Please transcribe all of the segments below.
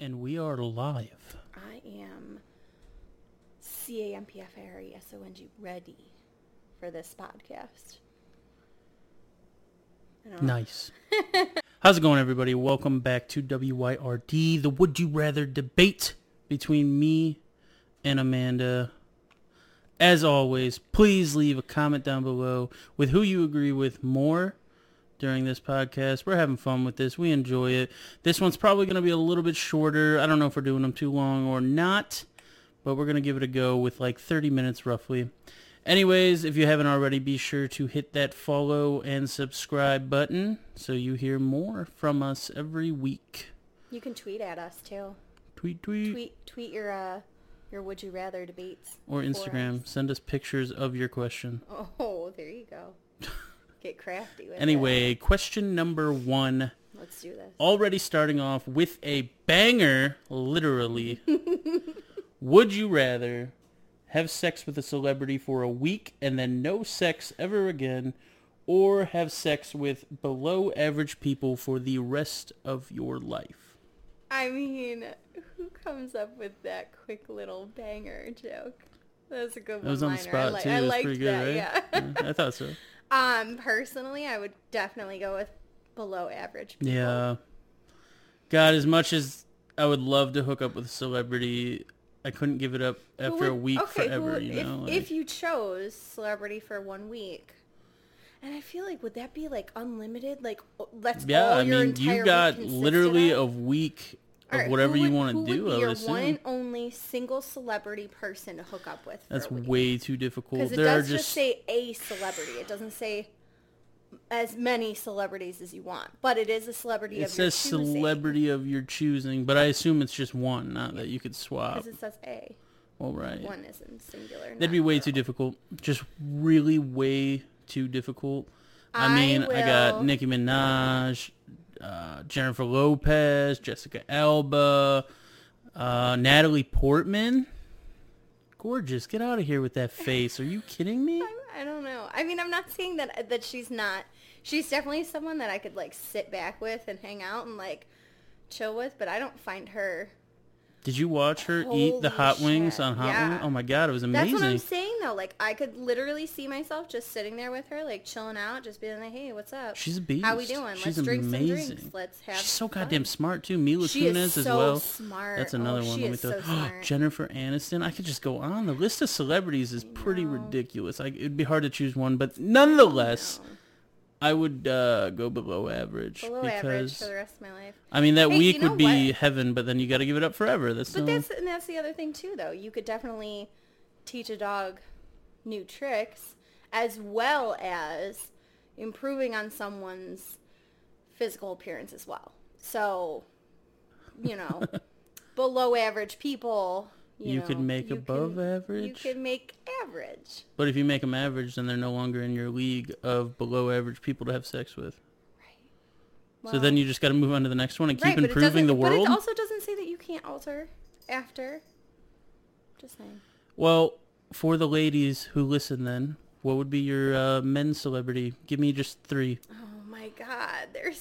And we are live. I am C A M P F R E S O N G ready for this podcast. I don't know. Nice. How's it going, everybody? Welcome back to WYRD, the Would You Rather debate between me and Amanda. As always, please leave a comment down below with who you agree with more during this podcast. We're having fun with this. We enjoy it. This one's probably going to be a little bit shorter. I don't know if we're doing them too long or not, but we're going to give it a go with like 30 minutes roughly. Anyways, if you haven't already, be sure to hit that follow and subscribe button so you hear more from us every week. You can tweet at us too. Tweet, tweet, Tweet tweet your uh your would you rather debates or for Instagram. us. Send us pictures of your question. Oh, there you go. Get crafty with it. Anyway, question number one. Let's do this. already starting off with a banger, literally. Would you rather have sex with a celebrity for a week and then no sex ever again, or have sex with below average people for the rest of your life? I mean, who comes up with that quick little banger joke? That's a good one. That was on the spot I, li- too. I That's liked pretty good, that, right? yeah. I thought so. Um, personally, I would definitely go with below average. People. Yeah. God, as much as I would love to hook up with a celebrity, I couldn't give it up Who after a would- week okay, who forever. would- you if, know, like- if you chose celebrity for one week, and I feel like would that be like unlimited? Like o- that's Yeah, all I your mean, entire you got week consisted literally of? a week All of right, who whatever you would- want who to do. Would I would be your assume one and only single celebrity person to hook up with. for that's a week. way too difficult. Because it There are does just just say a celebrity. It doesn't say as many celebrities as you want, but it is a celebrity. it of your says choosing, celebrity of your choosing, but I assume it's just one, not that you could swap. Because it says a Well, right, one is in singular. that'd not be way plural. too difficult. Just really way too difficult. I, I mean, I got will- Nicki Minaj, uh, Jennifer Lopez, Jessica Alba, uh, Natalie Portman. Gorgeous, get out of here with that face. Are you kidding me? I don't know. I mean, I'm not saying that that she's not. She's definitely someone that I could like sit back with and hang out and like chill with, but I don't find her. Did you watch her eat the Holy hot wings shit, on Hot yeah. Wings? Oh my god, it was That's amazing. what I'm saying though. Like I could literally see myself just sitting there with her, like chilling out, just being like, "Hey, what's up? She's a beast. How we doing? She's Let's drink some amazing. drinks. Let's have." She's so fun." goddamn smart too. Mila She Kunis is as so well. smart. That's another Oh, one. she Let me is so throw. smart. Jennifer Aniston. I could just go on. The list of celebrities is pretty ridiculous. I, it'd be hard to choose one, but nonetheless, No. I would uh, go below average below because average for the rest of my life. I mean that Hey, you week know would be what? heaven, but then you got to give it up forever. That's But no- that's and that's the other thing too, though. You could definitely teach a dog new tricks as well as improving on someone's physical appearance as well. So, you know, below average people, you, You could know, make above You average? could make average. But if you make them average, then they're no longer in your league of below average people to have sex with. so then you just got to move on to the next one and keep right, but it improving doesn't- the But world. it also doesn't say that you can't alter after. Just saying. Well, for the ladies who listen, then what would be your uh, men's celebrity? Give me just three. Oh my God, there's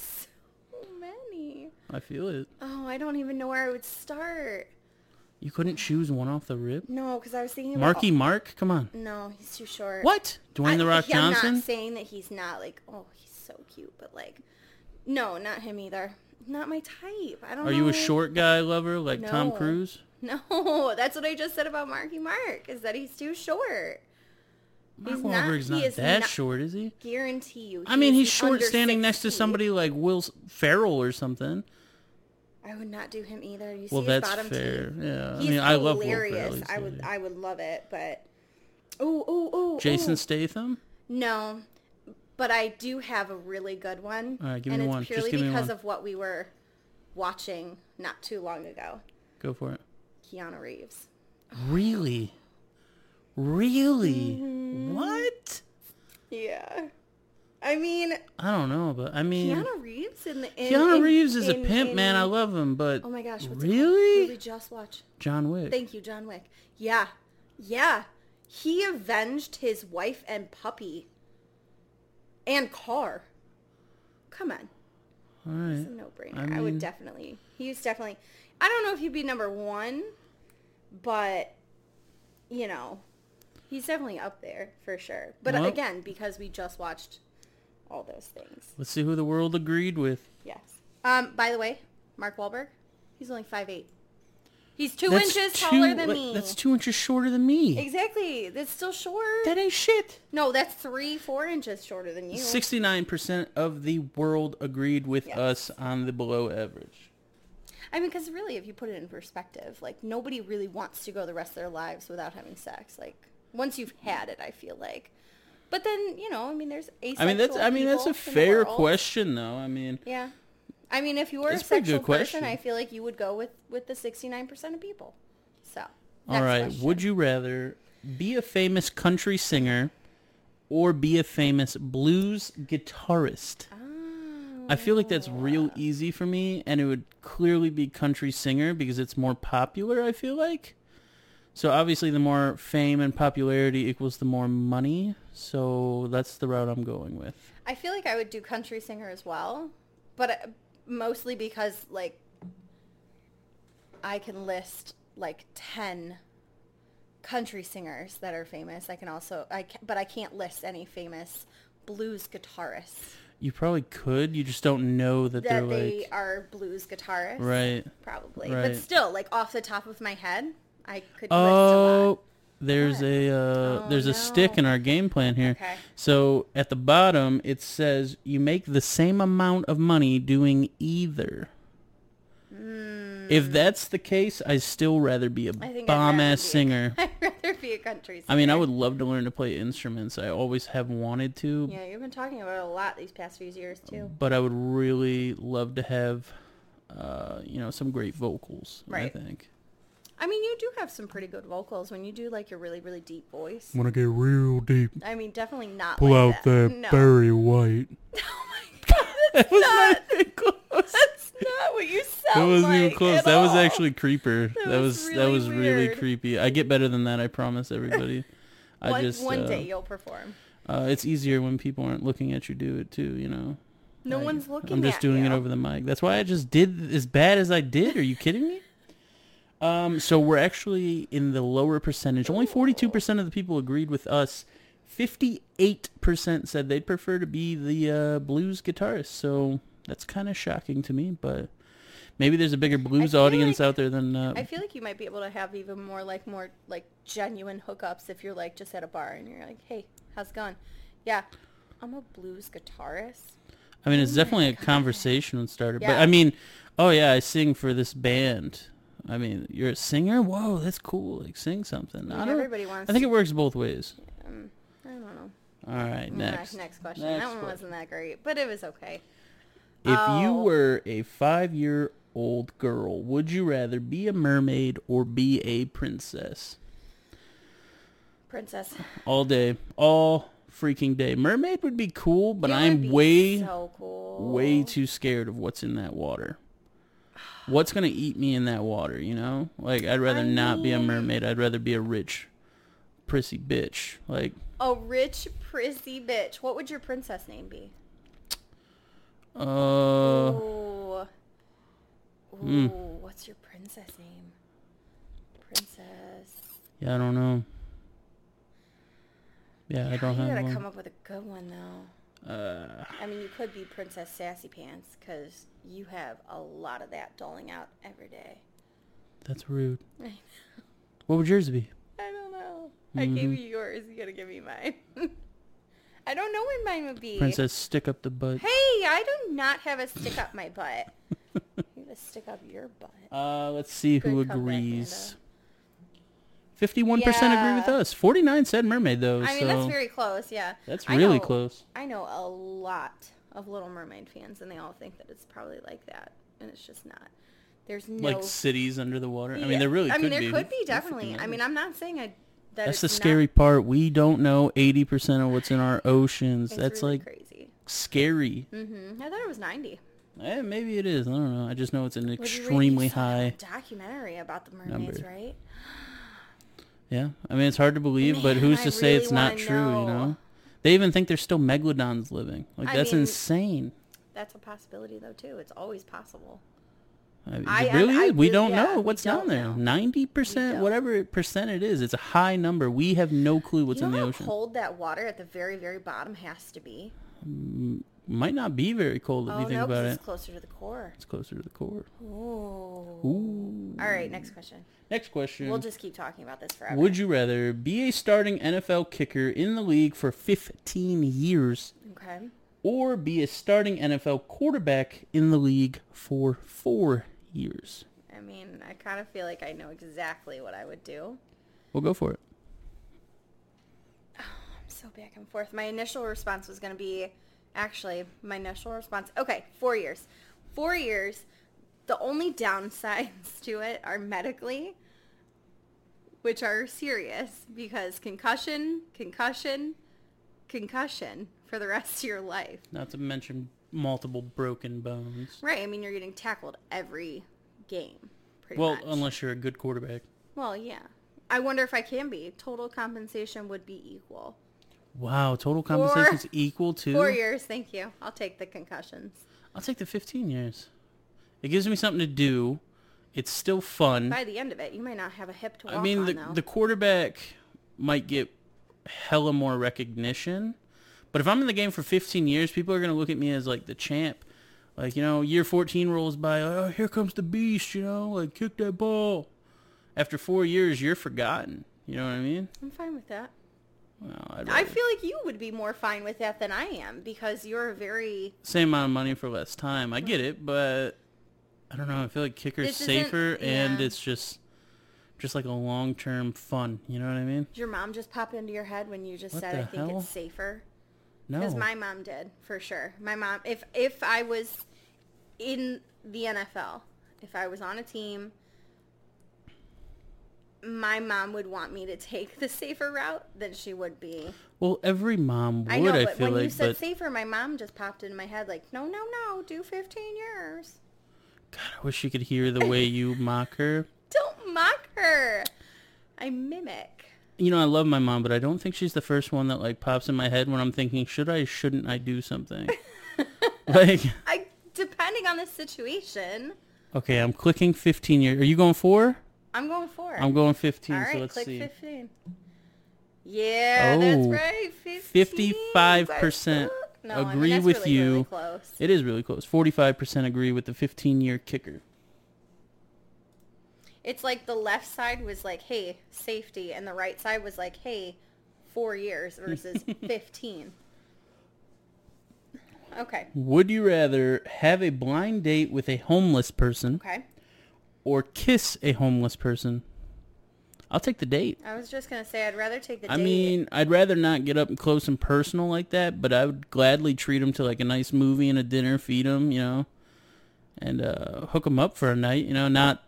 so many. I feel it. Oh, I don't even know where I would start. You couldn't choose one off the rip. No, because I was thinking about- Oh, Marky Mark, come on. No, he's too short. What? Dwayne the I- Rock yeah, I'm Johnson. not saying that he's not like. Oh, he's so cute, but like, no, not him either. Not my type. I don't. Are you a know. short guy lover like Tom No. Cruise? No, that's what I just said about Marky Mark. Is that he's too short? Mark He's not- Wahlberg's he not, is that not- short, is he? Guarantee you. I he mean, is he's short under standing six next to feet. somebody like Will S- Ferrell or something. I would not do him either. You Well, see that's his bottom fair. teeth. Yeah, He's I mean, I love Will Ferrell. hilarious. He's I would, hilarious. I would love it, but ooh, ooh, oooo Jason Statham. No, but I do have a really good one. All right, give me and it's one. Just purely give me because one. of what we were watching not too long ago. Go for it. Keanu Reeves. Really? Really? Mm-hmm. What? Yeah. I mean, I don't know, but I mean, Keanu, Keanu Reeves in the in, in- Mm. Reeves is in- a pimp, in- man. I love him, but Oh my gosh, what's it called? Did really, we just watch? John Wick. Thank you, John Wick. Yeah, yeah. He avenged his wife and puppy and car. Come on. All right, It's a no-brainer. I I mean- would definitely. He's definitely. I don't know if he'd be number one, but you know, he's definitely up there for sure. But Well- again, because we just watched all those things. Let's see who the world agreed with. Yes. Um. By the way, Mark Wahlberg, he's only five eight. He's two That's inches two- taller than what- me. That's two inches shorter than me. Exactly. That's still short. That ain't shit. no, that's three, four inches shorter than you. Sixty-nine percent of the world agreed with Yes. us on the below average. I mean, because really, if you put it in perspective, like nobody really wants to go the rest of their lives without having sex. Like once you've had it, I feel like. But then you know, I mean, there's asexual. I mean that's I mean that's people a in the fair world. question though. I mean Yeah, I mean, if you were That's a a pretty good sexual person, question. I feel like you would go with with the sixty nine percent of people. So. all right, would you rather be a famous country singer or be a famous blues guitarist? Ah. I feel like that's real easy for me, and it would clearly be country singer because it's more popular. I feel like, so obviously the more fame and popularity equals the more money. So that's the route I'm going with. I feel like I would do country singer as well, but uh, mostly because like I can list like 10 country singers that are famous. I can also I ca but I can't list any famous blues guitarists You probably could. You just don't know that, they're that they like are blues guitarists right. probably. right. But still like off the top of my head, I could list a lot. Oh, Oh, there's a uh, there's a no. stick in our game plan here. Okay. So at the bottom it says you make the same amount of money doing either. If that's the case, I'd still rather be a Hmm. I think I'd bomb rather ass be- singer. I'd rather be a country singer. I mean, I would love to learn to play instruments. I always have wanted to, Yeah, you've been talking about it a lot these past few years too. but I would really love to have, uh, you know, some great vocals. Right. I think. I mean, you do have some pretty good vocals when you do like your really, really deep voice. When I get real deep, I mean, definitely not pull like out that. that no. Oh Barry White. That was not even close. That's not what you That sound wasn't like. even close. at That was all. actually creeper. That, That was, was that really was really weird. creepy. I get better than that. I promise everybody. I one, just one uh, day you'll perform. uh, it's easier when people aren't looking at you do it too. You know. No Like, one's looking. I'm just at doing it you. over the mic. That's why I just did as bad as I did. Are you kidding me? Um, so we're actually in the lower percentage. Only 42% of the people agreed with us. 58% said they'd prefer to be the uh, blues guitarist. So that's kind of shocking to me, but maybe there's a bigger blues feel audience like- out there than uh, I feel like you might be able to have even more like more like genuine hookups if you're like just at a bar and you're like, hey, how's it going? Yeah, I'm a blues guitarist. I mean, it's definitely a conversation starter. But Yeah. I mean, oh yeah, I sing for this band. I mean, you're a singer. Whoa, that's cool. Like, sing something. I don't. everybody wants I think it works both ways. I don't know. All right, Nah, next. next question. Next that one question. wasn't that great, but it was okay. If you Oh. were a five-year-old girl, would you rather be a mermaid or be a princess? Princess. All day, all freaking day. Mermaid would be cool, but You would I'm be way, so cool. way too scared of what's in that water. What's gonna eat me in that water? You know, like I'd rather not be a mermaid. I'd rather be a rich, prissy bitch. Like A rich, prissy bitch. What would your princess name be? Uh, hmm. Ooh. Ooh, what's your princess name? Princess. yeah, I don't know. Yeah, I don't you have gotta one. come up with a good one, though. uh, I mean, you could be Princess Sassy Pants, because you have a lot of that doling out every day. that's rude. What would yours be? I don't know. I Mm-hmm. gave you yours. You gotta give me mine. I don't know what mine would be. Princess, stick up the butt. Hey, I do not have a stick up my butt. you have a stick up your butt. Uh, let's see who Good comeback, agrees. Fifty-one percent agree with Yeah. us. Forty-nine said mermaid though. I mean, so that's very close, yeah. that's I really know- close. I know a lot of Little Mermaid fans, and they all think that it's probably like that, and it's just not. There's no. Like cities under the water. I Yeah, mean, there really. I could mean, there be. could be Who definitely. fucking I mean, knows? I'm not saying I. That that's it's the not- scary part. We don't know eighty percent of what's in our oceans. it's That's really like crazy. scary. hmm I thought it was 90. Eh, maybe it is. I don't know. I just know it's an Would you read- you extremely saw that high. documentary about the mermaids, number. right? Yeah, I mean it's hard to believe, but Man, who's I to say really it's not wanna true? You know, know. they even think there's still megalodons living. Like I that's mean- insane. That's a possibility, though, too. It's always possible. I, I- it really I- I Uh, is. we do- don't yeah, know we what's don't know. down there. Ninety percent, don't. whatever percent it is, it's a high number. We have no clue what's you in know the how ocean. cold that water at the very, very bottom has to be? Might not be very cold if Oh, you think no, 'cause about it. it's closer to the core. It's closer to the core. Ooh. Ooh. All right, next question. Next question. We'll just keep talking about this forever. Would you rather be a starting NFL kicker in the league for 15 years okay. or be a starting NFL quarterback in the league for 4 years? I mean, I kind of feel like I know exactly what I would do. We'll go for it. I'm so back and forth. My initial response was going to be, actually, my initial response. Okay, four years. Four years. The only downsides to it are medically, which are serious because concussion, concussion, concussion for the rest of your life. Not to mention multiple broken bones. Right. I mean, you're getting tackled every game, pretty Well, much. unless you're a good quarterback. well, yeah. I wonder if I can be. Total compensation would be equal. Wow, total compensation's equal to Four years, thank you. I'll take the concussions. I'll take the 15 years. It gives me something to do. It's still fun. By the end of it, you might not have a hip to walk I mean, on, the, though. the quarterback might get hella more recognition, but if I'm in the game for 15 years, people are going to look at me as like the champ. Like, you know, year 14 rolls by, oh, here comes the beast, you know, like kick that ball. After four years, you're forgotten. You know what I mean? I'm fine with that. Well, I'd I rather- feel like you would be more fine with that than I am because you're a very. Same amount of money for less time. I get it, but I don't know. I feel like kicker's This isn't- safer, and yeah. it's just just like a long-term fun. You know what I mean? Did your mom just pop into your head when you just What said, the "I think hell? it's safer"? No. Because my mom did for sure. My mom, if if I was in the NFL, if I was on a team, my mom would want me to take the safer route than she would be. Well, every mom would. I, I know, but feel when like, you said but safer, my mom just popped into my head like, no, no, no, do 15 years. God, I wish you could hear the way you mock her. Don't mock her. I mimic. You know, I love my mom, but I don't think she's the first one that like pops in my head when I'm thinking, should I, shouldn't I do something? like, I depending on the situation, okay, I'm clicking 15 years. Are you going four? I'm going for. I'm going 15. All so right, let's click see. 15. Yeah, that's Oh, right. 15. 55% No, I mean, agree that's with really, you. Really close. It is really close. 45% agree with the 15 year kicker. It's like the left side was like, hey, safety, and the right side was like, hey, four years versus 15. Okay. Would you rather have a blind date with a homeless person Okay. or kiss a homeless person? I'll take the date. I was just gonna say I'd rather take the. I date. mean, I'd rather not get up close and personal like that, but I would gladly treat him to like a nice movie and a dinner, feed him, you know, and uh, hook him up for a night, you know, not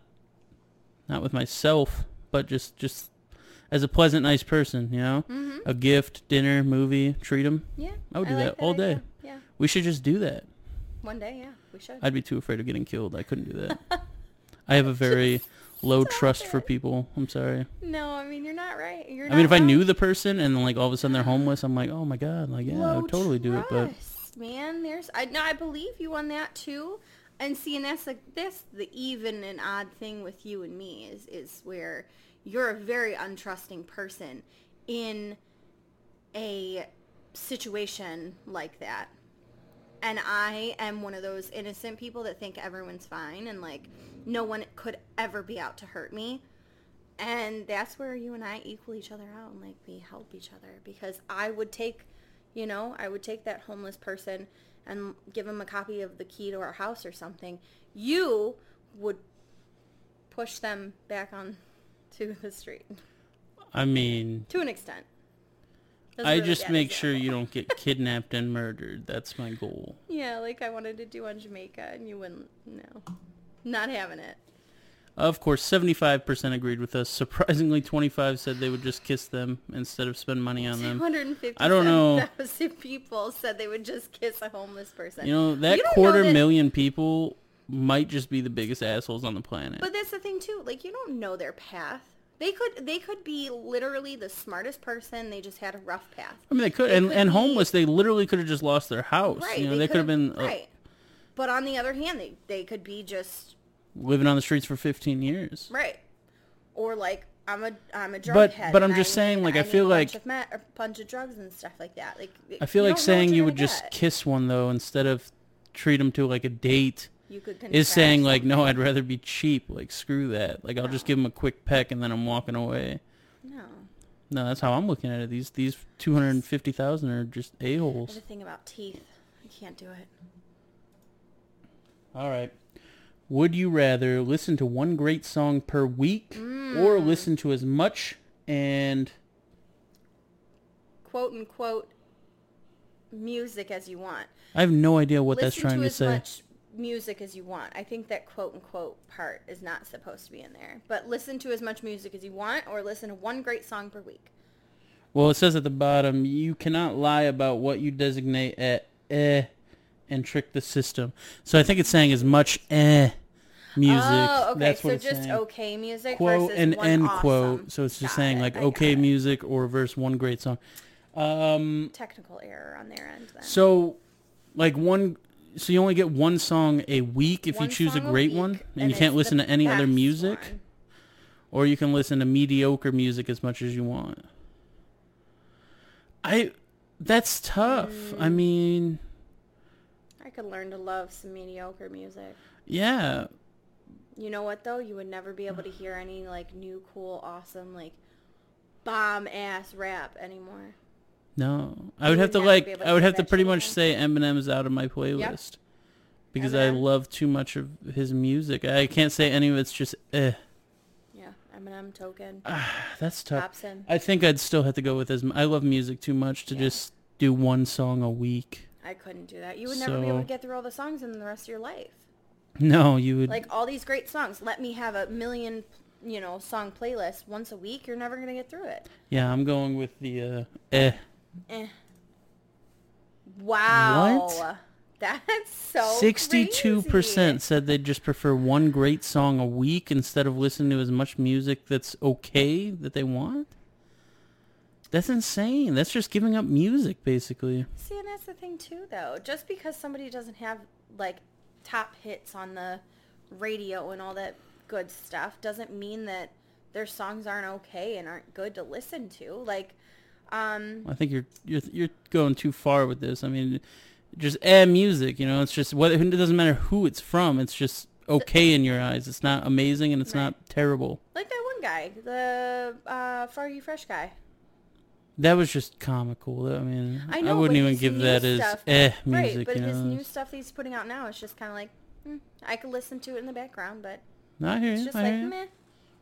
not with myself, but just just as a pleasant, nice person, you know, Mm-hmm. a gift, dinner, movie, treat him. yeah, I would do like that all idea. day. Yeah, We should just do that. one day. Yeah, we should. I'd be too afraid of getting killed. I couldn't do that. I have a very low stop trust for it. people. I'm sorry. no, I mean you're not right. You're. I mean, if I knew the person and then like all of a sudden they're homeless, I'm like, oh my god, like yeah, I would totally do it, but. man, there's. I no, I believe you on that too. And see, and that's like this the even and odd thing with you and me is is where you're a very untrusting person in a situation like that. and I am one of those innocent people that think everyone's fine and like no one could ever be out to hurt me. And that's where you and I equal each other out and like we help each other because I would take, you know, I would take that homeless person and give him a copy of the key to our house or something. You would push them back on to the street I mean, to an extent. That's I really just bad make example. sure you don't get kidnapped and murdered. That's my goal. Yeah, like I wanted to do on Jamaica, and you wouldn't. No, not having it. Of course, 75% agreed with us. Surprisingly, 25 said they would just kiss them instead of spend money on Two them. hundred and fifty. I don't know. people said they would just kiss a homeless person. You know, that You don't know quarter that- million people might just be the biggest assholes on the planet. But that's the thing too. Like you don't know their path. They could they could be literally the smartest person. They just had a rough path. I mean, they could, they and, could and be- homeless, they literally could have just lost their house. Right. you know, they, uh, could have could've- been, uh, right. But on the other hand, they they could be just living on the streets for 15 years. Right. Or like I'm a I'm a drug But- head. but I'm and just I saying, need- like, I need feel a bunch like- of ma- a bunch of drugs and stuff like that. Like I feel you like don't know what saying you're you gonna would just get. kiss one though instead of treat them to like a date you could is confess. saying like no, I'd rather be cheap. Like screw that. Like I'll just give them a quick peck and then I'm walking away. no. No, that's how I'm looking at it. These these 250,000 are just I a-holes. have a thing about teeth. I can't do it. All right. Would you rather listen to one great song per week or Mm. listen to as much and Quote unquote music as you want. I have no idea what that's Listen trying to to, as say. much music as you want. I think that quote unquote part is not supposed to be in there. But listen to as much music as you want or listen to one great song per week. Well, it says at the bottom, you cannot lie about what you designate at eh and trick the system. So I think it's saying as much eh music. Oh, okay. That's so what it's just saying. okay music quote versus and one end awesome. quote. So it's just Got saying it, like I got okay it. music or verse one great song. Um, Technical error on their end. Then. so like one, so you only get one song a week if One you choose a song great week, one, and, you it's can't the listen to any other best music, one. or you can listen to mediocre music as much as you want. I, that's tough. I Mm. mean. I could learn to love some mediocre music. Yeah. You know what though? You would never be able to hear any like new, cool, awesome, like bomb ass rap anymore. No. I would You have would to never be like able I would to have to mention pretty much him. say Eminem's out of my playlist. Because I Eminem. love too much of his music. I can't say any of it's just eh. Yeah, Eminem token. Uh-huh. That's tough. Hobson. I think I'd still have to go with his I love music too much to Yeah. just do one song a week. I couldn't do that. You would never be So- able to get through all the songs in the rest of your life. No, you would Like all these great songs. Let me have a million, you know, song playlist once a week. You're never gonna get through it. Yeah, I'm going with the uh eh. Eh. Wow. What? That's so Sixty-two percent crazy. said they'd just prefer one great song a week instead of listening to as much music that's okay that they want. That's insane. That's just giving up music, basically. See, and that's the thing too, though. Just because somebody doesn't have like top hits on the radio and all that good stuff doesn't mean that their songs aren't okay and aren't good to listen to. Like, um, I think you're you're you're going too far with this. I mean, just eh, music. You know, it's just what it doesn't matter who it's from. It's just okay in your eyes. It's not amazing and it's Right. not terrible. like that one guy, the uh, Froggy Fresh guy. That was just comical. though. I mean, I, I know. wouldn't but even his give new that as stuff, eh music. Right, but you know, his new it's- stuff that he's putting out now is just kind of like, hmm, I could listen to it in the background, but I hear it's you. just I like, hear you. meh.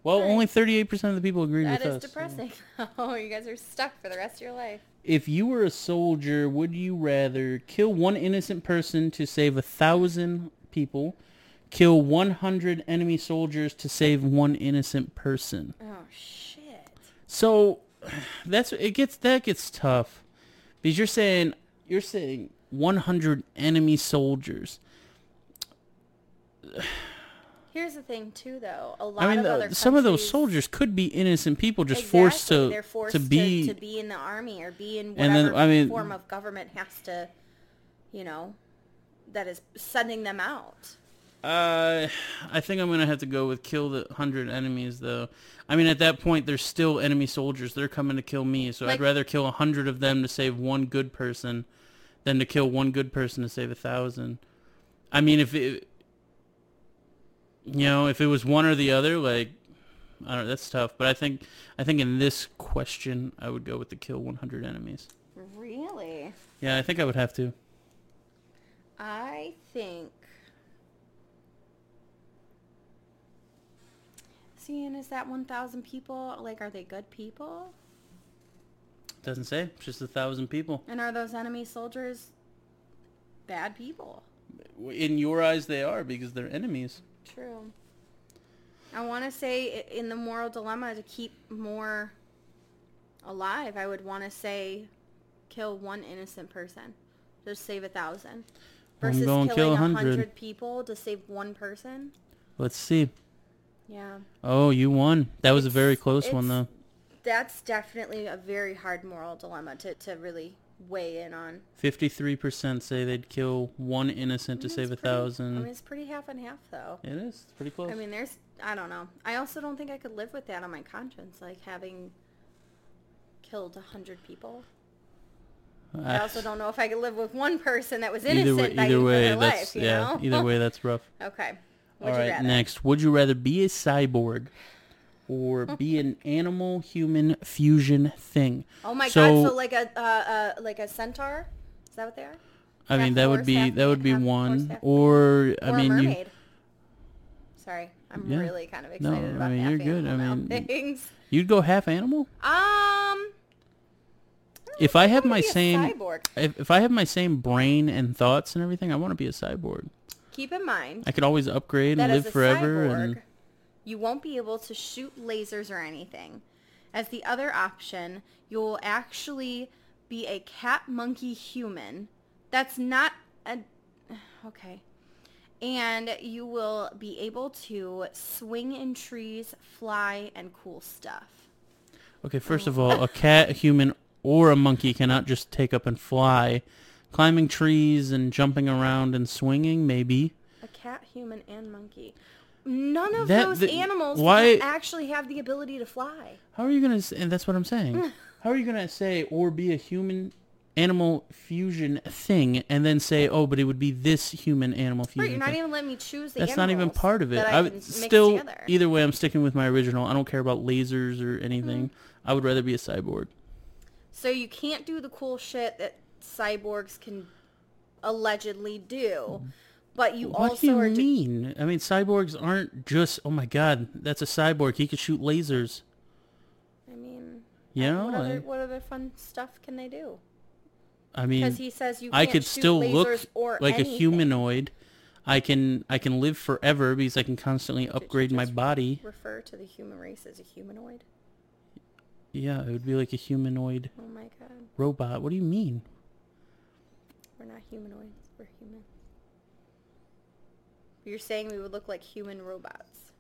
Well, Alright. only 38% of the people agreed That with us. is so- depressing. Oh, you guys are stuck for the rest of your life. If you were a soldier, would you rather kill one innocent person to save a thousand people, kill 100 enemy soldiers to save one innocent person? Oh shit. So that's it gets that gets tough because you're saying you're saying 100 enemy soldiers. Here's the thing too, though. A lot I mean, of the- other some of those countries- soldiers could be innocent people just Exactly, forced to they're forced to be to, be in the army or be in then, whatever I mean- form of government has to, you know, that is sending them out. Uh, I think I'm gonna have to go with kill the hundred enemies though. I mean, at that point, there's still enemy soldiers. They're coming to kill me, so I'd Like- rather kill a hundred of them to save one good person, than to kill one good person to save a thousand. I mean, if it, you know, if it was one or the other, like, I don't. know, That's tough. But I think, I think in this question, I would go with the kill 100 enemies. Really, Yeah, I think I would have to. I think. Seeing is that one thousand people? Like, are they good people? Doesn't say. It's just a thousand people. And are those enemy soldiers bad people? In your eyes, they are because they're enemies. True. I want to say i- in the moral dilemma to keep more alive, I would want to say kill one innocent person to save a thousand. I'm Versus going killing kill a 100. hundred people to save one person. Let's see. Yeah. Oh, you won. That was a very It's- close one, it's- though. That's definitely a very hard moral dilemma to, to really weigh in on. 53% say they'd kill one innocent to Mm, It's save a pretty- I mean, thousand. it's pretty half and half though. It is. It's pretty close. I mean, there's, I don't know. I also don't think I could live with that on my conscience, like having killed a hundred people. I also don't know if I could live with one person that was Ah, Either innocent way, by either way, their that's life, you yeah. know? Either way, that's rough. okay. All Would you right, rather? next. Would you rather be a cyborg or be an animal-human fusion thing? Oh my So- god! So like a uh, uh, like a centaur? Is that what they are? I half mean, that would horse, be half that would man, be half horse, one. half- Or I or mean, a you- mermaid? Sorry, I'm Yeah. really kind of No, excited I about mean, half you're good. I animal now mean- things. you'd go half animal. Um, If I have wanna my be a same, cyborg. if, if I have my same brain and thoughts and everything, I want to be a cyborg. Keep in mind I could always upgrade that and as live a forever. cyborg, And you won't be able to shoot lasers or anything. As the other option, you will actually be a cat monkey human. That's not a okay. And you will be able to swing in trees, fly, and cool stuff. okay, first of all, a cat, a human, or a monkey cannot just take up and fly. Climbing trees and jumping around and swinging, maybe. A cat, human, and monkey. None of That- those the- animals why- will actually have the ability to fly. How are you gonna? s- And that's what I'm saying. How are you gonna say or be a human? Animal fusion thing, and then say, "Oh, but it would be this human animal fusion." Right, you're not thing. even letting me choose the That's not even animals part of it. that I, I would can mix still together. either way. I'm sticking with my original. I don't care about lasers or anything. Mm-hmm. I would rather be a cyborg. So you can't do the cool shit that cyborgs can allegedly do, but you What do also you are. do- mean? I mean, cyborgs aren't just. Oh my god, that's a cyborg. He could shoot lasers. I mean, You what know, other I, what other fun stuff can they do? I mean, Because he says you. Can't I could shoot still look lasers or like anything. a humanoid. I can I can live forever because I can constantly upgrade my just- body. Refer to the human race as a humanoid. Yeah, it would be like a humanoid Oh my god, robot. What do you mean? we're not humanoids. We're human. You're saying we would look like human robots.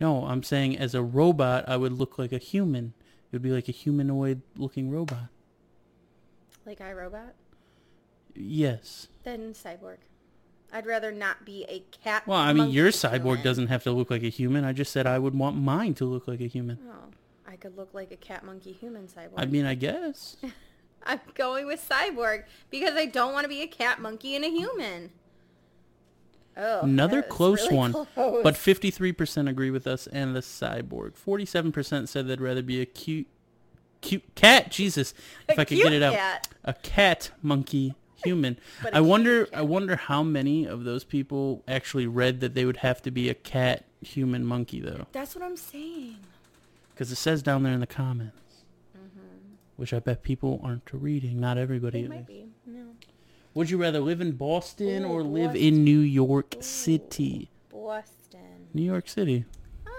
No, I'm saying as a robot, I would look like a human. It would be like a humanoid-looking robot. Like iRobot? Yes. Then cyborg. I'd rather not be a cat. Well, I mean, your monkey cyborg human. doesn't have to look like a human. I just said I would want mine to look like a human. Oh, I could look like a cat monkey human cyborg. I mean, I guess. I'm going with cyborg because I don't want to be a cat monkey and a human. Oh, Another that was close really one, close. but 53% agree with us and the cyborg. 47% said they'd rather be a cute, cute cat. Jesus, if A I could cute get it out, cat. a cat, monkey, human. But a I cute wonder, I wonder how many of those people actually read that they would have to be a cat, human, monkey though, that's what I'm saying. because it says down there in the comments, which I bet people aren't reading. Not everybody. It at Mm-hmm. might least. be no Would you rather live in Boston Ooh, or live Boston. in New York City? Boston. New York City. Um,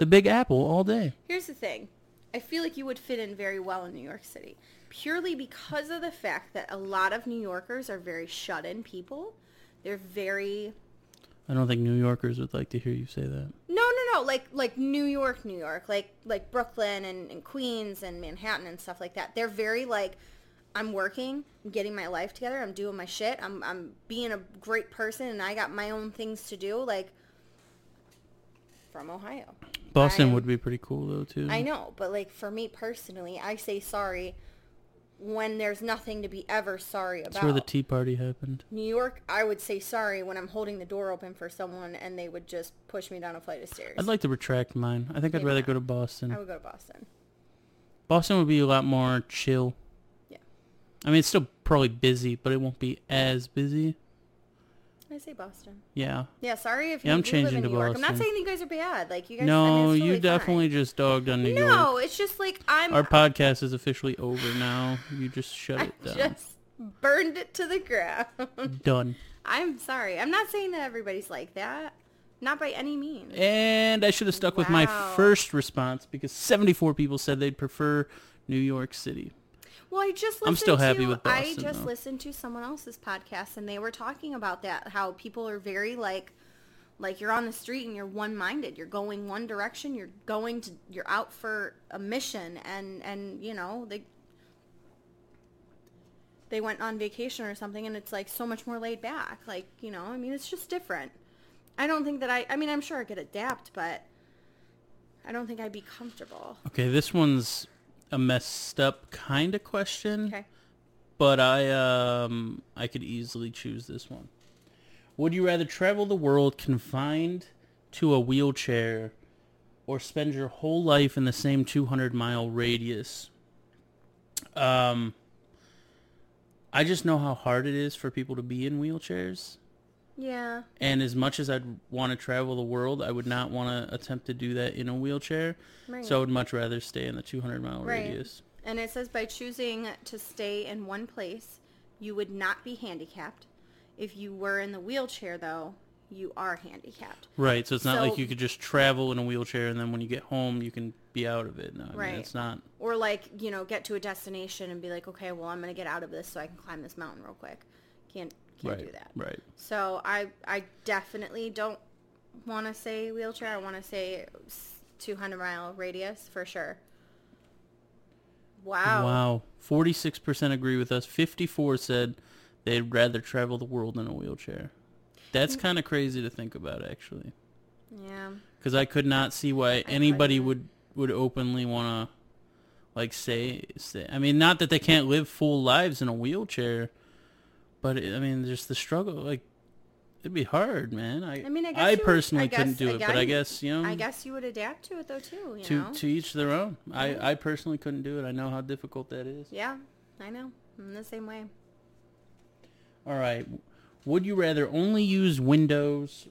The Big Apple all day. Here's the thing. I feel like you would fit in very well in New York City purely because of the fact that a lot of New Yorkers are very shut-in people. They're very I don't think New Yorkers would like to hear you say that. No, no, no. Like like New York, New York, like like Brooklyn and, and Queens and Manhattan and stuff like that. They're very like I'm working, I'm getting my life together, I'm doing my shit, I'm I'm being a great person and I got my own things to do like from Ohio. Boston I- would be pretty cool though too. I know, but like for me personally, I say sorry when there's nothing to be ever sorry about. That's where the Tea Party happened. New York, I would say sorry when I'm holding the door open for someone and they would just push me down a flight of stairs. I'd like to retract mine. I think I'd Maybe rather not. go to Boston. I would go to Boston. Boston would be a lot more chill. Yeah. I mean, it's still probably busy, but it won't be as busy. I say Boston. Yeah. Yeah, sorry if you Yeah, I'm do live changing in to New York. I'm not Boston. saying that you guys are bad. Like you guys. I mean, no, it's you totally fine. definitely just dogged on New York. No, it's just like I'm. Our podcast is officially over now. You just shut I it down. just burned it to the ground. Done. I'm sorry. I'm not saying that everybody's like that. Not by any means. And I should have stuck with my Wow. first response because 74 people said they'd prefer New York City. Well, I just listened I'm still happy to, with I Boston, just though. listened to someone else's podcast and they were talking about that how people are very like like you're on the street and you're one-minded. You're going one direction, you're going to you're out for a mission and and you know, they they went on vacation or something and it's like so much more laid back. Like, you know, I mean, it's just different. I don't think that I, I mean, I'm sure I could adapt, but I don't think I'd be comfortable. Okay, this one's a messed up kind of question. Okay. but I um I could easily choose this one. Would you rather travel the world confined to a wheelchair or spend your whole life in the same 200 mile radius? Um I just know how hard it is for people to be in wheelchairs. Yeah. And as much as I'd want to travel the world, I would not want to attempt to do that in a wheelchair. Right. So I would much rather stay in the 200 mile Right. radius. And it says by choosing to stay in one place, you would not be handicapped. If you were in the wheelchair, though, you are handicapped. Right, so it's not like So- you could just travel in a wheelchair and then when you get home you can be out of it. No, I mean, Right. it's not. Or like, you know, get to a destination and be like, okay, well, I'm going to get out of this so I can climb this mountain real quick. Can't can't right. do that. Right. So I I definitely don't want to say wheelchair. I want to say s- 200 mile radius for sure. Wow. Wow. Forty six percent agree with us. Fifty four said they'd rather travel the world in a wheelchair. That's Mm. kind of crazy to think about, actually, Yeah. because I could not see why couldn't. anybody would would openly want to like say, say. I mean, not that they can't live full lives in a wheelchair, but it, I mean, just the struggle. Like, it'd be hard, man. I I mean, I guess you would- personally I guess, couldn't do it, but I again, guess you know. I guess you would adapt to it though too, you to know. to each their own. I I personally couldn't do it. I know how difficult that is. Yeah. I know. I'm the same way. All right. Would you rather only use Windows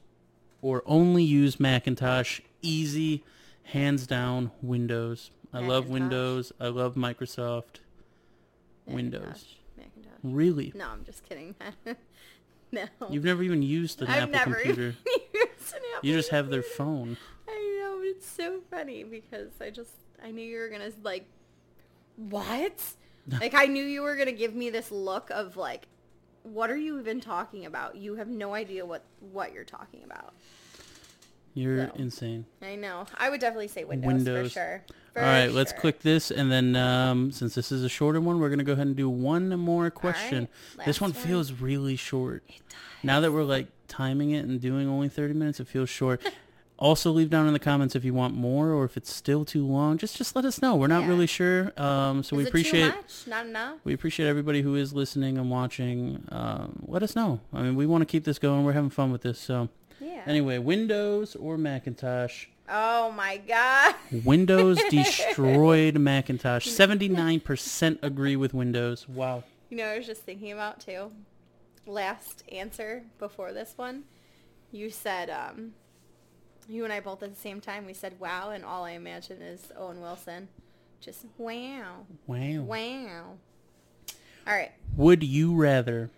or only use Macintosh? Easy, hands down, Windows. I love Macintosh. Windows. I love Microsoft. Windows. Macintosh. Macintosh. Really? No, I'm just kidding. no. You've never even used an I've Apple never computer. even used an Apple You just have their computer. phone. I know, but it's so funny because I just I knew you were gonna like what? like I knew you were gonna give me this look of like what are you even talking about? You have no idea what what you're talking about. You're No. insane. I know. I would definitely say Windows, for Windows. sure. All right, let's sure. click this, and then um, since this is a shorter one, we're gonna go ahead and do one more question. this last one, one. feels really short. It does. Now that we're like timing it and doing only thirty minutes, it feels short. also, leave down in the comments if you want more or if it's still too long. Just just let us know. We're not Yeah. really sure, um, so Is we it appreciate too much? Not enough. we appreciate everybody who is listening and watching. Um, let us know. I mean, we want to keep this going. We're having fun with this. So Yeah. anyway, Windows or Macintosh. Oh my god. Windows destroyed Macintosh. 79% agree with Windows. Wow. You know, what I was just thinking about too. Last answer before this one, you said um, you and I both at the same time. We said wow, and all I imagine is Owen Wilson, just wow, Wow. wow. All right. Would you rather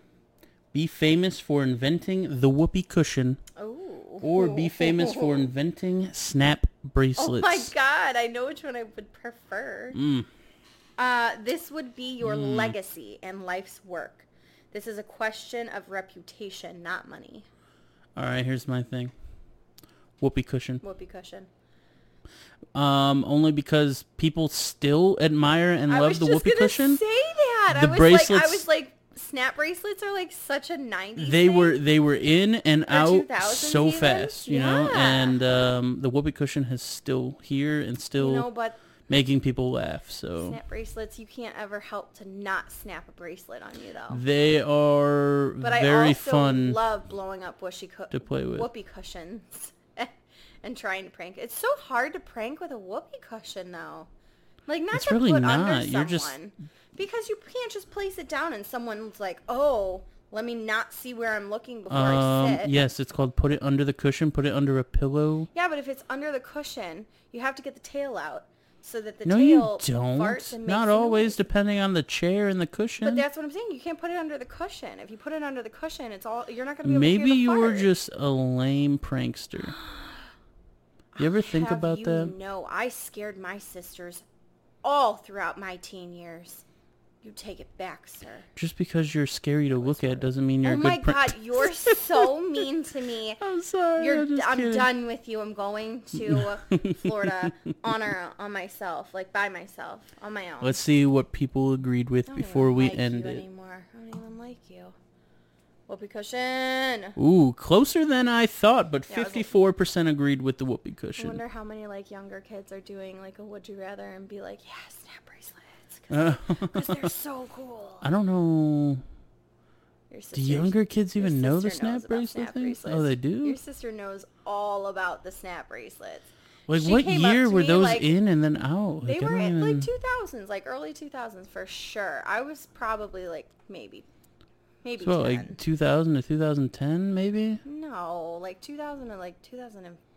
be famous for inventing the whoopee cushion Oh. or be famous for inventing snap Oh bracelets? my God! I know which one I would prefer. Mm. Uh, this would be your legacy and life's work. This is a question of reputation, not money. All right, here's my thing. Whoopee cushion. Whoopee cushion. Um, only because people still admire and I love was the just whoopee gonna cushion. Say that. The I was Like, bracelets- I was like, snap bracelets are like such a '90s. they thing. were they were in and out 2000s so even? fast, you know. Yeah. And um, the whoopee cushion is still here and still You know, but making people laugh. So snap bracelets, you can't ever help to not snap a bracelet on you though. they are But I very also fun. love blowing up whoopee cu- to play with. whoopee cushions and trying to prank. It's so hard to prank with a whoopee cushion though. Like not It's to really put under not. someone You're just- because you can't just place it down and someone's like, "Oh, let me not see where I'm looking before I um, sit." yes, it's called put it under the cushion, put it under a pillow. Yeah, but if it's under the cushion, you have to get the tail out so that the No, tail you farts don't. and makes Not a always, noise. depending on the chair and the But cushion. that's what I'm saying. You can't put it under the cushion. If you put it under the cushion, it's all you're not going to be able Maybe to hear you the were fart. just a lame prankster. You ever think Have about you that? No, I scared my sisters all throughout my teen years. You take it back, sir. Just because you're scary to look at doesn't mean you're oh a my good prin- god, you're so mean to me. I'm sorry. You're, I'm, just I'm kidding. done with you. I'm going to Florida on our, on myself, like by myself, on my own. Let's see what people agreed with I don't even before we like end you it. anymore. I don't even like you. Whoopee cushion. Ooh, closer than I thought, but Yeah, I was like- fifty-four percent agreed with the whoopee I cushion. wonder how many like younger kids are doing like a would you rather and be like, yeah, snap bracelets Uh, because they're so cool. I don't know. Your Do sister- younger kids your even know the sister knows snap about bracelet snap thing? bracelets. Oh, they Your do. sister knows all about the snap bracelets. Like, she what came up year to were me, those like- in and then out? They Like, I were don't in like even- 2000s, like early 2000s for sure. I was probably like maybe, maybe It's about 10. like 2000 to 2010, maybe. no, like 2000 to like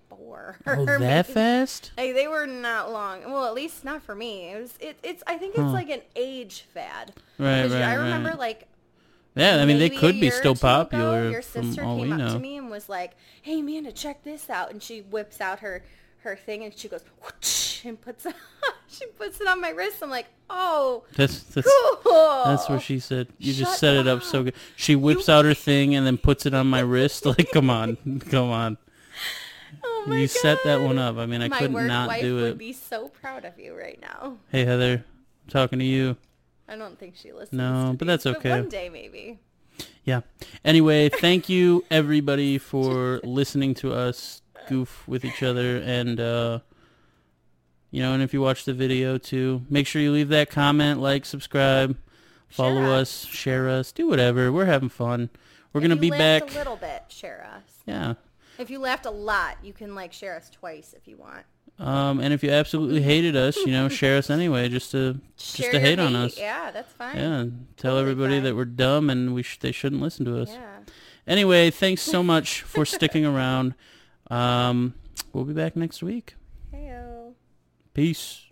2004. Oh, or that maybe- fast? Like they were not long. Well, at least not for me. It was. It, it's. I think it's Huh. like an age fad. Right, 'Cause you- I right, remember right. like. Yeah, I mean, they maybe a could be year or still two ago, popular Your from sister all came we up to know. me and was like, "Hey, Amanda, check this out!" And she whips out her her thing and she goes whoosh, and puts it. she puts it on my wrist. I'm like, "Oh, That's that's cool." that's what she said. You just Shut set it up so good. She whips out her thing and then puts it on my wrist. Like, come on, come on. Oh my You set that God. one up. I mean, I my could work not wife do would it. be so proud of you right now. Hey Heather, I'm talking to you. I don't think she listens. No, to but these, that's okay. One day maybe. Yeah. Anyway, thank you everybody for listening to us goof with each other and uh you know, and if you watch the video too, make sure you leave that comment, like, subscribe, follow Share us, share us, do whatever. We're having fun. We're If going to you be laughed back. a little bit. Share us. Yeah. If you laughed a lot, you can like share us twice if you want. Um and if you absolutely hated us, you know, share us anyway just to just share to your hate on us. Yeah, that's fine. Yeah, tell Totally everybody fine. that we're dumb and we sh- they shouldn't listen to us. Yeah. Anyway, thanks so much for sticking around. Um, we'll be back next week. Heyo. Peace.